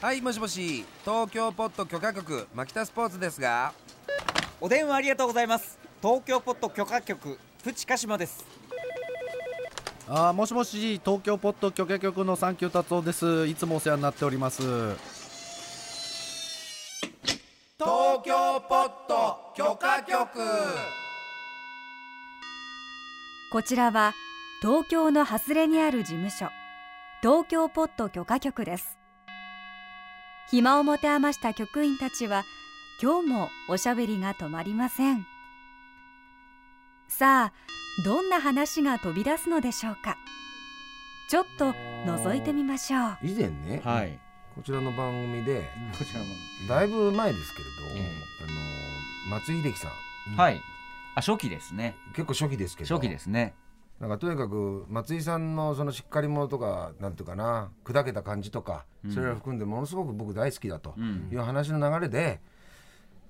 はいもしもし東京ポット許可局牧田スポーツですがお電話ありがとうございます東京ポット許可局プチカシマですあーもしもし東京ポッド許可局のサンキュー達夫ですいつもお世話になっております東京ポット許可局こちらは東京の外れにある事務所東京ポット許可局です暇を持て余した局員たちは今日もおしゃべりが止まりませんさあどんな話が飛び出すのでしょうかちょっと覗いてみましょう以前ね、はいこちらの番組でこちらもだいぶ前ですけれえど、えあの松井秀喜さんはいあ初期ですね結構初期ですけど初期ですねなんかとにかく松井さんのそのしっかり者とかなんていうかな砕けた感じとかそれら含んでものすごく僕大好きだとんいう話の流れで、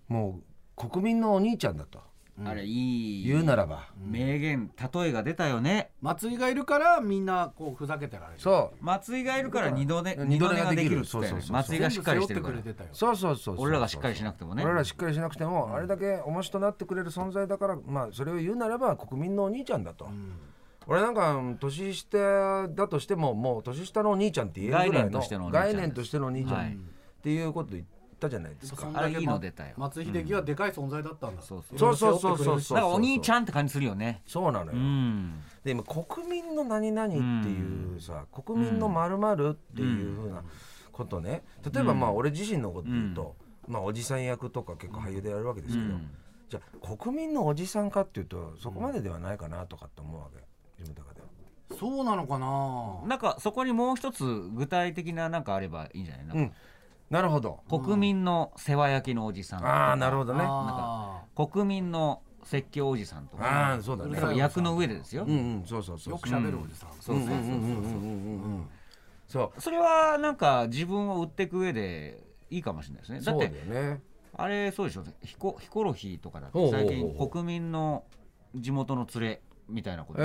もう国民のお兄ちゃんだとあれいい言うならば、名言例えが出たよね松井がいるからみんなこうふざけてられるそう松井がいるから二度寝うん二度寝ができるっつっそうてそうそう松井がしっかりして全るか部背負らってくれてたよそうそうそうそう俺らがしっかりしなくてもね俺らしっかりしなくても、あれだけ面しとなってくれる存在だから、まあ、それを言うならば国民のお兄ちゃんだと、俺なんかうん年下だとしてももう年下のお兄ちゃんって言えるぐ概らい念とのしてのお兄ちゃんで概す念としてのお兄ちゃんはいっていうこと言ったじゃないですか、そんあだけれいいの出たよ松井秀喜はでかい存在だったんだ、そうそうそうそうそうそうなんかお兄ちんゃんって感じするよねそうなのよ、うんで今国民の何々っていうさ、国民のまるまるっていうふうなことね例えばまあ俺自身のこと言うと、まあおじさん役とか結構俳優でやるわけですけど、うんじゃあ国民のおじさんかっていうとそこまでではないかなとかって思うわけ自分の中では。そうなのかななんかそこにもう一つ具体的ななんかあればいいんじゃないなんかうんなるほど。国民の世話焼きのおじさんとかああなるほどね。ああ国民の説教おじさんとかあーそうだね。そうう役の上でですよ、んうんそうそうーそう。よく喋るおじさん、そうそうそううんうんうんうんうんうん。そうそれはなんか自分を売っていく上でいいかもしれないですねだそっうだてよね。あれそうでしょヒコヒコロヒーとかだってほうほうほ最う近国民の地元の連れみたいなこと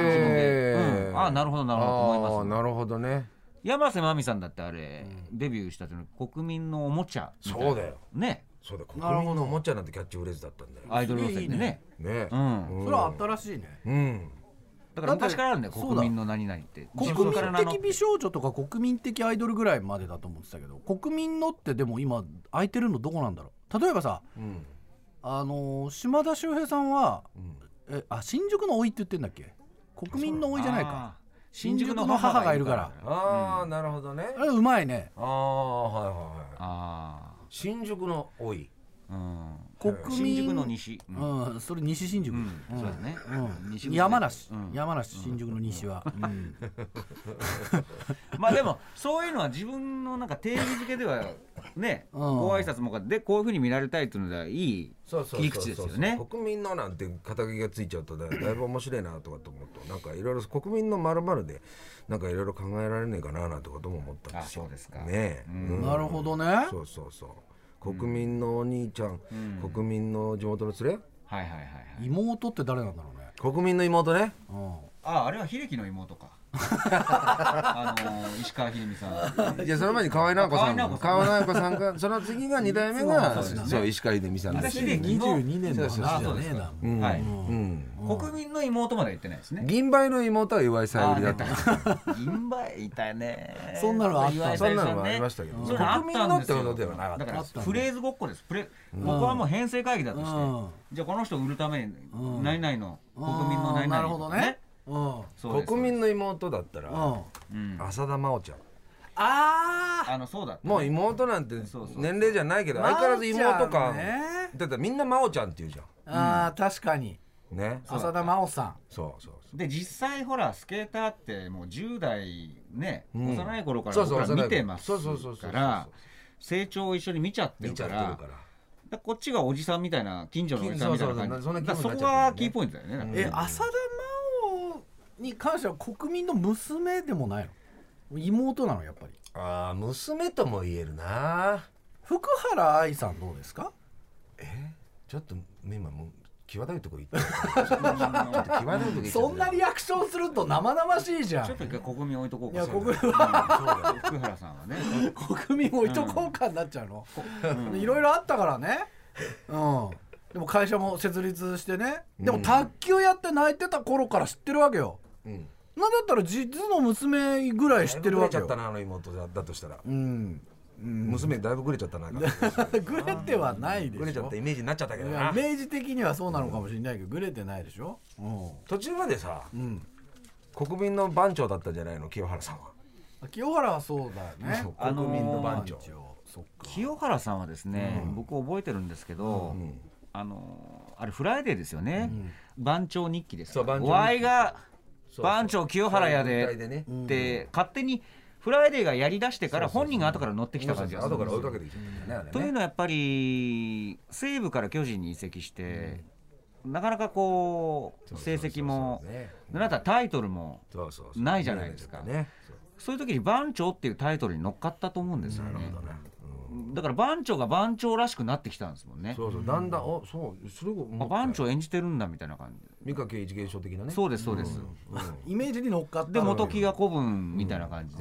ええうんあーなるほどなるほどと思いますあーなるほどね。山瀬まみさんだってあれ、デビューした時の国民のおもちゃみたいなそうだよねそうだ国民のおもちゃなんてキャッチフレーズだったんだよ。アイドル路線でねね。うんそれは新しいねうん。だから昔からあるんだよだって国民の何々って国自分民から名乗っ的美少女とか国民的アイドルぐらいまでだと思ってたけど国民のってでも今空いてるのどこなんだろう例えばさうん。あのー島田秀平さんは、んえあ新宿の老いって言ってんだっけ国民の老いじゃないあかー新宿の母がいるからああなるほどねあ。れうまいねああはいはいはい。あ新宿の多い。あ、うん、国民新宿の西、うんうん、それ西新宿、うんそうだね、うん西口ね山梨、うん山梨新宿の西は、うん まあでもそういうのは自分のなんか定義づけではね、うんご挨拶もかでこういうふうに見られたいっていうのでいいそうそうそうそう切り口ですよね国民のなんて肩書きがついちゃう とだだいぶ面白いなとかと思うとなんかいろいろ国民のまるまるでなんかいろいろ考えられねえかななんてことも思ったんですよ。あそうですかねえ、うんなるほどねそうそうそう。国民のお兄ちゃん、国民の地元の連れ、はいはいはいはい妹って誰なんだろうね、国民の妹ね。うあああれは秀樹の妹 かあのー石川秀美 さんじゃあその前に河合直子さんが、河河合直子さんが、 その次が二代目が、そう石川秀美さんです。秀ん、樹の22年の話じゃねえなうんはい、うん。国民の妹までは言ってないですね銀杯の妹は岩井さゆりだった。銀杯いたね そんなのあった岩井そさんゆりさなねのもありましたけど、それあっ国民たのんでっすてもよのではなかっただか。あらったねフレーズごっこですプレ、ここはもう編成会議だとして、うんじゃあこの人売るためにうん何々のうん国民の何々なるほどねうんそうです国民の妹だったうらんうん浅田真央ちゃんああのそうだったねもう妹なんてそうそう年齢じゃないけど相変わらず妹かだってみんな真央ちゃんって言うじゃあー確かにんねそう浅田真央さそうそうで実際ほらスケーターってもう10代ね、ん幼い頃からそうそう僕ら幼い頃見てますそうそうそうそうそかうら成長を一緒に見ちゃってる見ちゃかっらてるからだこっちがおじさんみたいな近所のおじさんみたいな感じそうそうそうそんな気分だにからそこがキーポイントだよねだなっちゃってるよねからんえ浅田真央に関しては国民の娘でもないの妹なのやっぱりああ娘とも言えるな福原愛さんどうですかちょっと今もう際どいとこ行 ってちょっと際どいとこ行ってそんなリアクションすると生々しいじゃちょっんと一回国民置いとこういかやそう国だようん福原さんはね国民置いとこうかになっちゃうのいろいろあったからねうんでも会社も設立してねでも卓球やって泣いてた頃から知ってるわけようんなんだったら実の娘ぐらい知ってるわけだいぶぐれちゃったよなあの妹だだとしたらうん 娘だいぶぐれちゃったななんかグレてはないでぐれしちゃっょたイメージになっちゃったけどいやな明示的にはそうなのかもしれないけどグレてないでしょうん途中までさうん国民の番長だったんじゃないの清原さんは清原はそうだよねそう国民の番一長応そっか清原さんはですね、僕覚えてるんですけど、んあのーあれフライデーですよね、番長日記ですそう番長日記お愛がそう番長清原やでそういう状態でねって勝手にフライデーがやりだしてから本人が後から乗ってきた感じがする後んかでらす追よいかけてきちゃったんだよねとあれいうねのはやっぱり西武から巨人に移籍して、なかなかこう成績もそうそうそうそうねでなんかタイトルもそうそうそうないじゃないですかねそうそういう時に番長っていうタイトルに乗っかったと思うんですよねそうだねうんだから番長が番長らしくなってきたんですもんねそうそうだんだんあそうそれを思あったよ番長演じてるんだみたいな感じ三掛一現象的なねそうですそうです、イメージに乗っかってで元木が古文みたいな感じ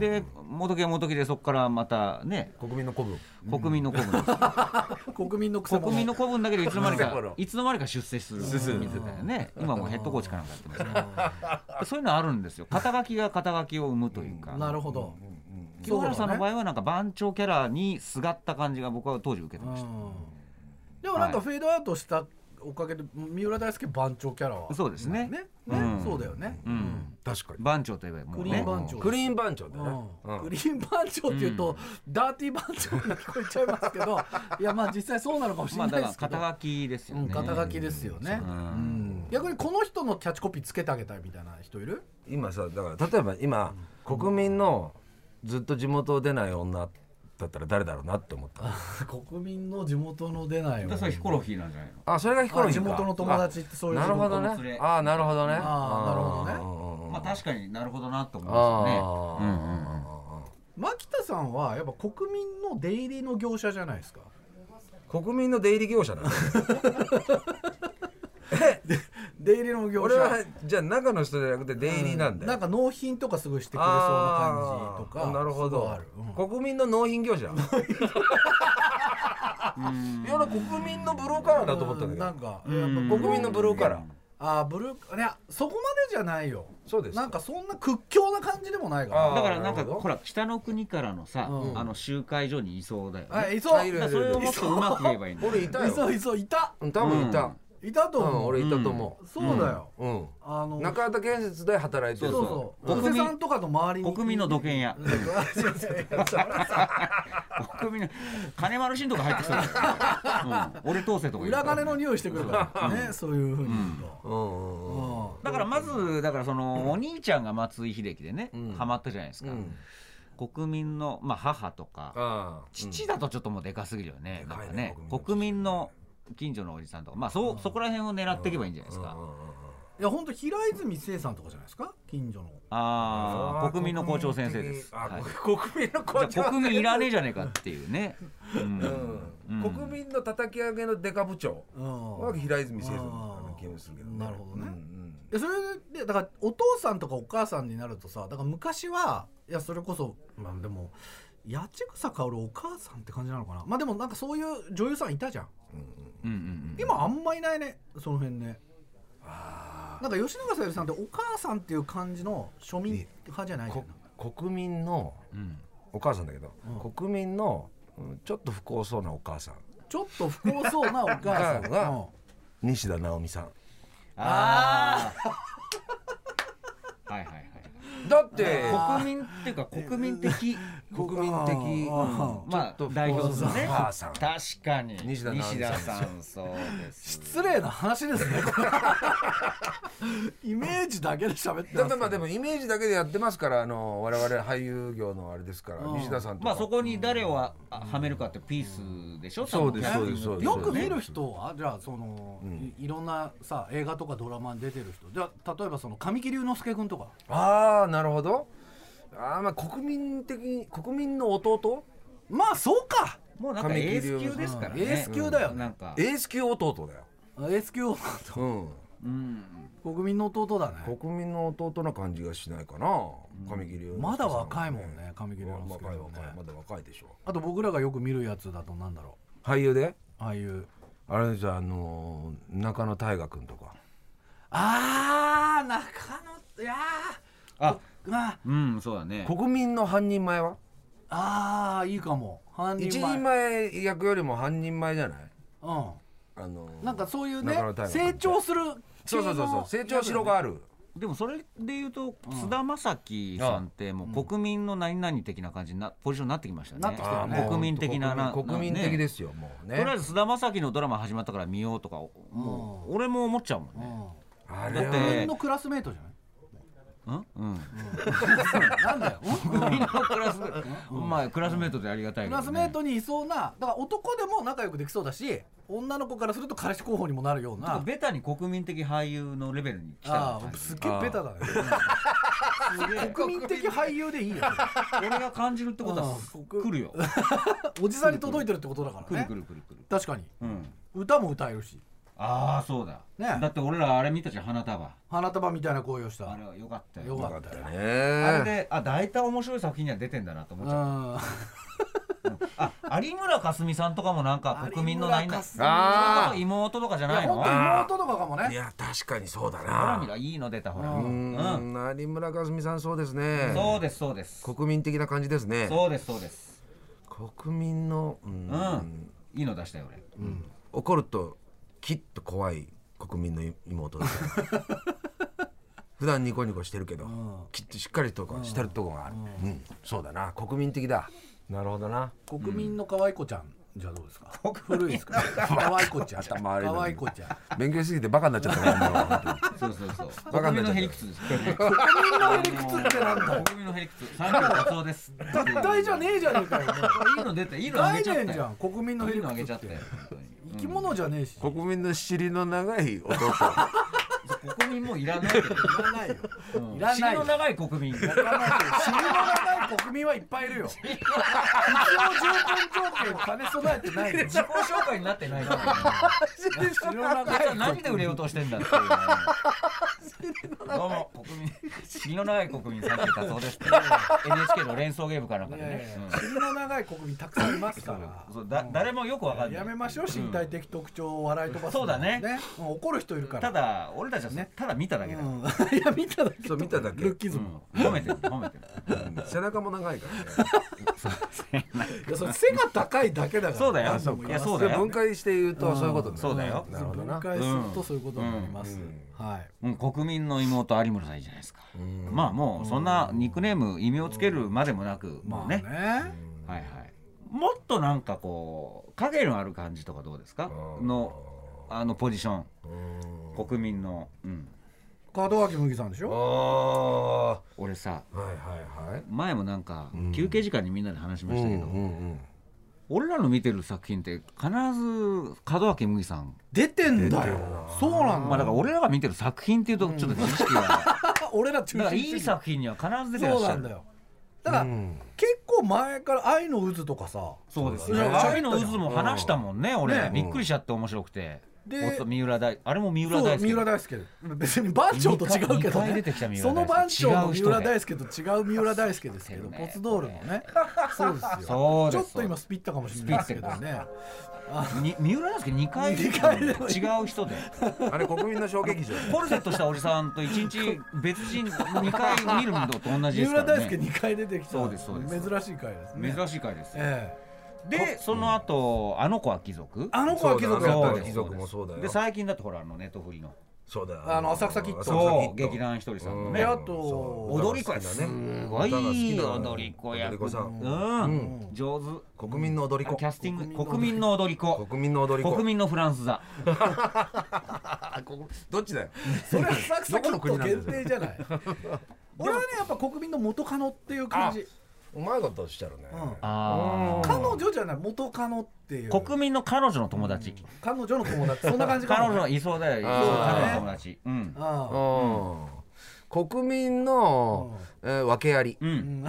で、で元木は元木でそこからまたね国民の古文国民の古文です、国民の草国民の古文だけどいつの間にうんか いつの間にか出世するみたいなね今もうヘッドコーチかなんかやってますから そういうのあるんですよ肩書きが肩書きを生むというか、なるほど清原さんの場合合はなんか番長キャラにすがった感じが僕は当時受けてました、でもなんかフェードアウトしたおかげで三浦大輔番長キャラはそうですねねうんねそうだよねうん、確かに番長といえばもうクリーねン番長クリーン番長だうよねんうクんリーン番長っていうとダーティー番長に聞こえちゃいますけ どいやまあ実際そうなのかもしれまあなだいでかすけらど肩書きですようんね肩書きですよねうん逆にこの人のキャッチコピーつけてあげたいみたいな人 いる今さだから例えば今国民のずっと地元を出ない女だったら誰だろうなって思った国民の地元の出ないだからそれヒコロヒーなんじゃないのあそれがヒコロあヒ地ーか元の友達ってそういうなるほど地元の連ねれあなるほどねあーなるほどまあ確かになるほどなと思いますよね。うんうんうんあ牧田さんはやっぱ国民の出入りの業者じゃない ですかー国民の出入り業者だね出入りの業俺はじゃあ中の人じゃなくて出入りなんだよなんか納品とかすごいしてくれそうな感じとあかーなるほすごいどある、うん国民の納品業者いや俺国民のブルーカラーだと思ったんなだんかけどやっぱ国民のブルーカラーあーブルーいやそこまでじゃないよそうですかなんかそんな屈強な感じでもないかだからなんあーなかるほどほら北の国からのさうんあの集会所にいそうだよらあね。いそうあいるだからそれをもっとうまく言えばいいんだよ。俺いたいそよういそういたうん多分いたいたとう思んう、俺いたと思そうだよ、ううんあの中畑建設で働いてそるうそうそう小布施さんとかの周りに国民の土建屋。違う違う国民の金丸信とか入ってきそうだよ。うん俺当世とかいるか裏ら金の匂いしてくるからねそういうふうに言うと、うんうんうんうんだからまずだからそのお兄ちゃんが松井秀喜でねうんハマったじゃないですかう。ん国民のまあ母とかああ父だとちょっともうでかすぎるよね。でなかんいかねね国民の近所のおじさんとかまあそうそこら辺を狙っていけばいいんじゃないですかうん。うんうんうんいや本当平泉成さんとかじゃないですか近所のあああー国民の校長先生です。あはい国民の校長じゃあ国民いらねえじゃねえかっていう ね。うんうん国民の叩き上げのデカ部長うはんい平泉成さんだったような気もするけどねなるほどねうんうんやそれでだからお父さんとかお母さんになるとさだから昔はいやそれこそまあでも八千草薫お母さんって感じなのかなまあでもなんかそういう女優さんいたじゃんうんうん今あんまいないねその辺ねなんか吉永小百合さんってお母さんっていう感じの庶民派じゃないじゃんこ国民のお母さんだけど、国民のうんちょっと不幸そうなお母さんちょっと不幸そうなお母さんお母さんうん西田直美さんああ。はいはいだってはい。国民っていうか国民的 国民的うんちょまっあと不代幸表そすうるなおね。母さん確かに西田直美さんさんそうです。失礼な話です ねこれイメージだけで喋ってだまっすてまあでもイメージだけでやってますからあの我々俳優業のあれですから西田さんとかまあそこに誰をあはめるかってピースでしょ。そうです多分そうですよそうですく見る人はじゃあその、いいろんなさ映画とかドラマに出てる人じゃあ例えばその神木隆之介君とかああなるほどあーまあ国民的に国民の弟まあそうかもうなんかエース級ですからね。エース級だよねなんか。エース級弟だよ S q うんうん国民の弟だね国民の弟な感じがしないかな神木隆之介さまだんは若いもんね神木隆之介若いもね若いまだ若いでしょあと僕らがよく見るやつだとなんだろ俳優でうああいうあれじゃああのー中野大河君とかあー中野いやあーあうんそうだね国民の半人前はあーいいかも半一人前人前役よりも半人前じゃないあのうーん、なんかそういうね中野大河君成長するそうそうそうそう成長しろがあるでもそれで言うと須田将暉さんってもう国民の何々的な感じなポジションになってきましたねなってきたよねあーもう国民的なな国民な国民的ねですよもうとりあえねず菅田将暉のドラマ始まったから見ようとかもう俺も思っちゃうもんね。あだれっ自は分てのクラスメートじゃないうんうんなんだよみんなクラスまあクラスメートでありがたいけクどラねスメートにいそうなだから男でも仲良くできそうだし女の子からすると彼氏候補にもなるようなんかなベタに国民的俳優のレベルに来たよあうなあ感じすっげえベタだね国民的俳優でいいよ俺が感じるってことはうん来るよおじさんに届いてるってことだか来ら る来ねる来る来る確かにうん歌も歌えるしああそうだねだって俺らあれ見たじゃん花束花束みたいな声をしあたれはよかったよよかったよあれねであ大体面白い作品には出てんだなと思っうちゃっんたあ有村架純さんとかもなんか国民の何々有村架純ああ妹とかじゃいやないの本当妹とかかもいねや確かにそうだほら見なろいいの出たほらううんん有村架純さんそうですねそうですそうです国民的な感じですねそうですそうです国民のうんうんいいの出したよ俺怒るときっと怖い国民の妹です普段ニコニコしてるけど、きっとしっかりとかしてるとこがある、うんそうだな国民的だなるほどな国民の可愛い子ちゃんじゃどうですか古いです か可愛い子ちゃん頭悪いのに可愛い子ちゃん勉強しすぎてバカになっちゃったなもう本当にそうそうそう わかん国民ないのへりくつですよね国民のヘリクツってなんだ国民のへりくつ三条達夫です 絶対じゃねえじゃねえかよいいの出たいいのあ概げちゃっ念たじゃよん国民のヘいいリのあげちクツゃっったてよ本当に生き物じゃねえし国民の尻の長い弟うん国民もういらないけどいらないようんいらない尻の長い国民いらないよ死にの長い国民はいっぱいい るよ必要条件条件金備えてないよ自己紹介になってないから死の長じゃあい何で売れようとしてんだ っていうねどうも国民尻の長い国民さっき達夫ですって NHK の連想ゲームかなんかいでやいやね死にの長い国民たくさんいますからうんそうだ誰もよくわかんないやめましょう身体的特徴を笑い飛ばすのそうだねねうん怒る人いるからただ俺たちはねただ見ただけだうからん いや見ただけそう見ただけ、ルッキズムうん褒めてる褒めて るうん 背中も長いからねいやそれ背が高いだけだからそうだよ何度も言わせていやそうそだよれ分解して言うとそういうことになるそうだよなるほど分な解するとそういうことになりますはいうん、国民の妹有村さんいいじゃないですか、まあもうそんなニックネーム異名をつけるまでもなく、もまうあね,、ねはいはい、もっとなんかこう影のある感じとかどうですかのあのポジション国民の、うん、門脇麦さんでしょあ俺さーはいはいはい前もなんか休憩時間にみんなで話しましたけど、うんうん俺らの見てる作品って必ず門脇麦さん、出てんだよそうなんまあだだから俺らが見てる作品っていうとちょっと知識が、俺ら中だから心い主い義作品には必ず出てらそっうしなゃんるだよだから結構前から愛の渦とかさそうですねね。愛の渦も話したもんね、俺、ねびっくりしちゃって面白くて。でおっと三浦大、あれも三浦そう大輔。三浦大輔別に番長と違うけど二回出ねてきた三浦大輔その番長違のう三人で浦大輔と違う三浦大輔ですけどそうですポよねツドールの ねそうですよそうちでょす。っと今スピったかもしれないですけどねに三浦大輔二回出てきたのよ違う人で。うんあれ国民の小劇場コルセットしたおじさんと一日別人二回見るのと同じです三か浦ら大輔ね。二回出てきたそうですそうです珍しい回ですね珍しい回ですよ。ええで、その後、あの子は貴族。あの子は貴族そうだだあそうったの子はで貴す族もそうだよで、最近だとほら、あのネットフリの。そうだよあの浅草キッドそう、劇団ひとりさんのうんね。であと踊り子やすごい踊り子やや踊り子さんうん、上手。国民の踊り子キャスティング国民の踊り子国民の踊り子国民のフランス座あこどっちだよそれ は浅草キどッこのド国なん限ですか定じゃ ない俺はねやっぱ国民の元カノっていう感じうまいことおっしゃるねうんあ彼女じゃない元カノっていうー国民の彼女の友達彼女の友達そんな感じか 彼も女のいそうだよいそうあー彼女の友達うんあうん国民のえー訳ありうん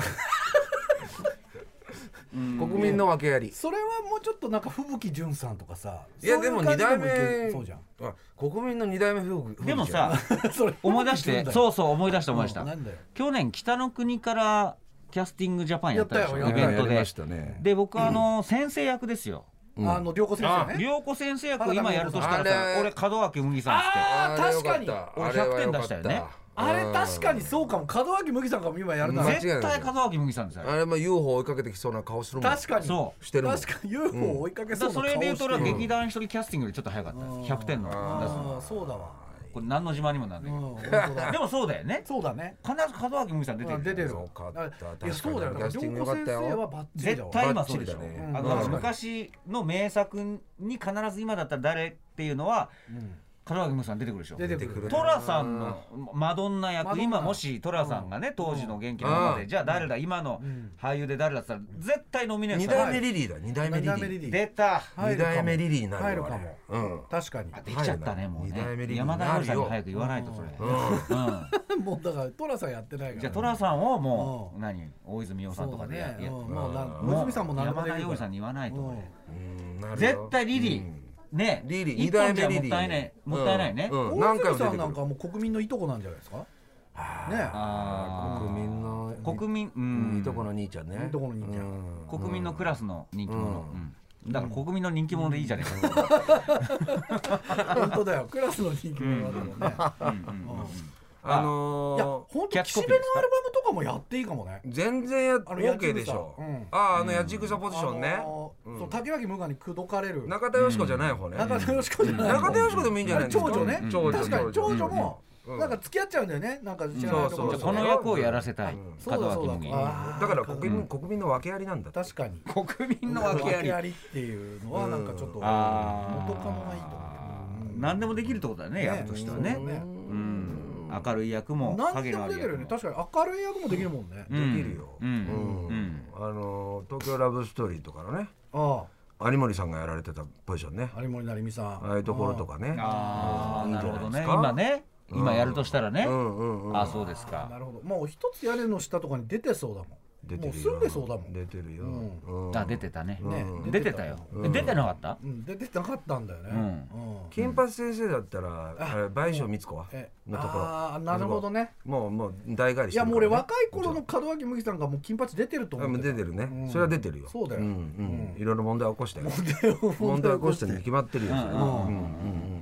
国民の訳ありそれはもうちょっとなんか吹雪純さんとかさいやそうでうも感二じ代いけ目そうじ ゃんあ国民の二代目夫婦でもさそれ思い出 してうそうそう思い出した思い出した、んなんだよ去年北の国からキャスティングジャパンやったでしょやイったベよントやりでましたねで僕はあの先生役ですよあの良子先生ね良子先生役を今やるとしたらあされ俺門脇麦さんっつってああ確かに俺100点出したよねあれ確かにそうかも門脇麦さんが今やるな間ら違いな絶い対門脇麦さんですよあれも UFO 追いかけてきそうな顔するもん確かにそうしてるもん確かに UFO を追いかけだそかうらなそ顔れで言うしてると俺は劇団一人キャスティングよりちょっと早かった100点のああそうだわ出すこれ何の自慢にもなんなうんいけ本当だどでもそうだよねそうだね必ず門脇麦さん出てくる出てるよかったあ確かいにやそうだよキャスティング良よか子先ったよ生はバッチリだ絶わ対今そうでしょ、バッチリだねあうんの昔の名作に必ず今だったら誰っていうのはうん門脇麦さん出てくるでしょ出てく出てくるるトラさんのマドンナ役マドンナ今もしトラさんがね当時の元気なままうでんじゃあ誰だ今のん俳優で誰だって言ったら絶対ノミネート二される代目リリーだ二代目リ斜めリリリーー出た二代目リリーになる入るよかあれもうん確かにできちゃったね入るなもう二代目リリねー山田な春るさんによ早く言わないとそれうん もうだから寅さんやってないからじゃあ寅さんをもうう何大泉洋さんとかでやねいやももうなんう小泉さんも何で山もでき田る洋か次らさんに言わないとこれうんなるよ絶対リリーねリリー一二本代じゃ目もリっリーたいないもったいないねうんう大ん何泉回も出さてんくなんるかもう国民のいとこなんじゃないですかねあ国民のー国民ううんいんとこの兄ちゃんねいとこの兄ちゃんうん国民のクラスの人気者うんだから国民の人気者でいいじゃねえか本当だよクラスの人気者だもんねうんうんうんあいやの本キャ当ッチコ岸ピー辺のアルバムとかもやっていいかもねー全然やあの野球 OK でしょさうんあああのやちぐさポジションねあのーそう竹脇無我に口説かれる中田よし子じゃない方ね中田よし子じゃない中田よし子でもいいんじゃあなれいです長か女ねうん確かに長女もうんなんか付き合っちゃうんだよねなんか知らないとこそろうそじうゃあでそこうの役をやらせたいそう門だそう脇だ麦あーだから国民国民の訳ありなんだって確かに 国民の訳あり訳ありっていうのはなんかちょっと元あーカノがいいと思何でもできるってことだねね役としてはねそうねうん明るい役もう何影でのもあでるきる役よねも確かに明るい役もできるもんねうんできるよううんんあのー東京ラブストーリーとかのねあ有森さんがやられてたポジションねあ有森成美さんああいうところとかねああいいんなじるゃほどねないですか今ね今やるとしたらねうんうんうんあそうですあーなかるほどもう一つ屋根の下とかに出てそうだもん出てもうるよ住んでそうだもん出てるようんうんあ出てたねね出てたようえ出てなかったうん出てなかったんだよねううん金八先生だったらあれ倍賞光子はえのところああなるほどねもうもう大返りいしてやるからねもう俺若い頃の門脇麦さんがもう金八出てるとあ思もううけ出どてるね、うんそれは出てるよそうだようんうんいろいろ問題起 こしたよ問問題題起起ここししててるに決まってるよ、それはうんうんうんうん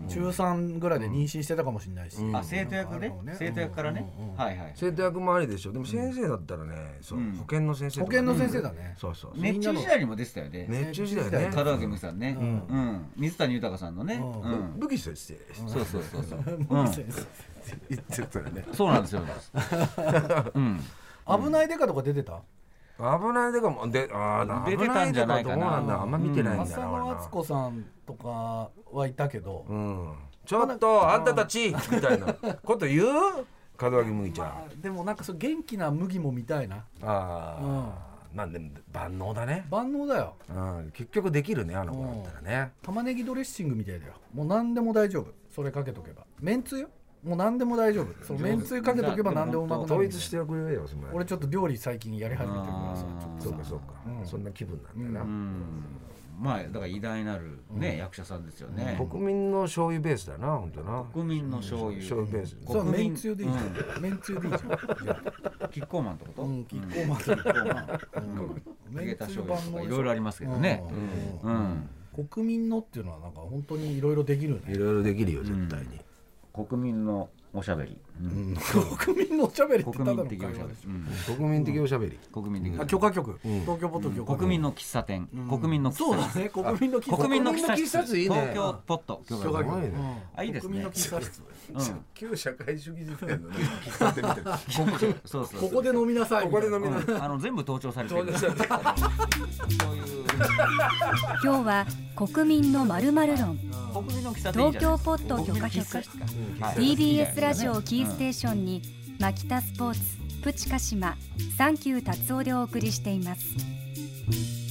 中3ぐらいで妊娠してたかもしれないしんあ生徒役ね生徒役からねはいはい生徒役もありでしょでも先生だったらね、そううん保険の先生保とかね険の先生だねそうそうそう、熱中時代にも出てたよね熱中時代ね門脇麦さんねうんうん水谷豊さんのねんうん武器先生そうそうそう そう森先生言ってたよねそうなんですようん危ないデカとか出てた危ないでかもでああ出てたんじゃないかなどうなんだあんま見てないんだ浅な、俺野な温子さんとかはいたけどうんちょっとあんたたちみたいなこと言う門脇麦ちゃん、あでもなんかそう元気な麦も見たいなああ、まあでも万能だね、万能だようん、結局できるねあの子だったらね、玉ねぎドレッシングみたいだよもう何でも大丈夫それかけとけばめんつゆよもう何でも大丈夫そのめんつゆかけとけば何でもうまくな統る一してくれよその俺ちょっと料理最近やり始めてるからさちょっとそうさかそうか、そんな気分なんだよな、まあだから偉大なるね役者さんですよね国民の醤油ベースだな本当な国民の醤油醤油ベース、それは国め民んつゆでいいじゃんめんつゆでいいじゃんじゃキッコーマンってことあうんキッコーマンキッコーマンめ揚げんたつゆ醤油と万能かでしょいろいろありますけどねううんん国民のっていうのはなんか本当にいろいろできるねいろいろできるよ絶対に、国民のおしゃべりうん国民のおしゃべりってた国だの民会的おしゃべ話でりしうん国民的おしゃべり、国民的おしゃょべ許可局東京ポッドり許可局国民の喫茶店国民の喫そう茶だ店ね国民の喫 茶国民の喫茶国民の喫茶室室いいね東京ポット許可すごいねうんあいいですね国民の喫茶室うん旧社会主義時代のね喫茶店みた いなそうそうそう ここで飲みなさいみたいなうんあの全部盗聴されてる今日は国民のまるまる論国民の喫茶店いいじ東ゃな京いポット国許可民の喫茶局室かはい TBS ラジオをキーステーションにマキタスポーツプチカシマサンキュー達夫でお送りしています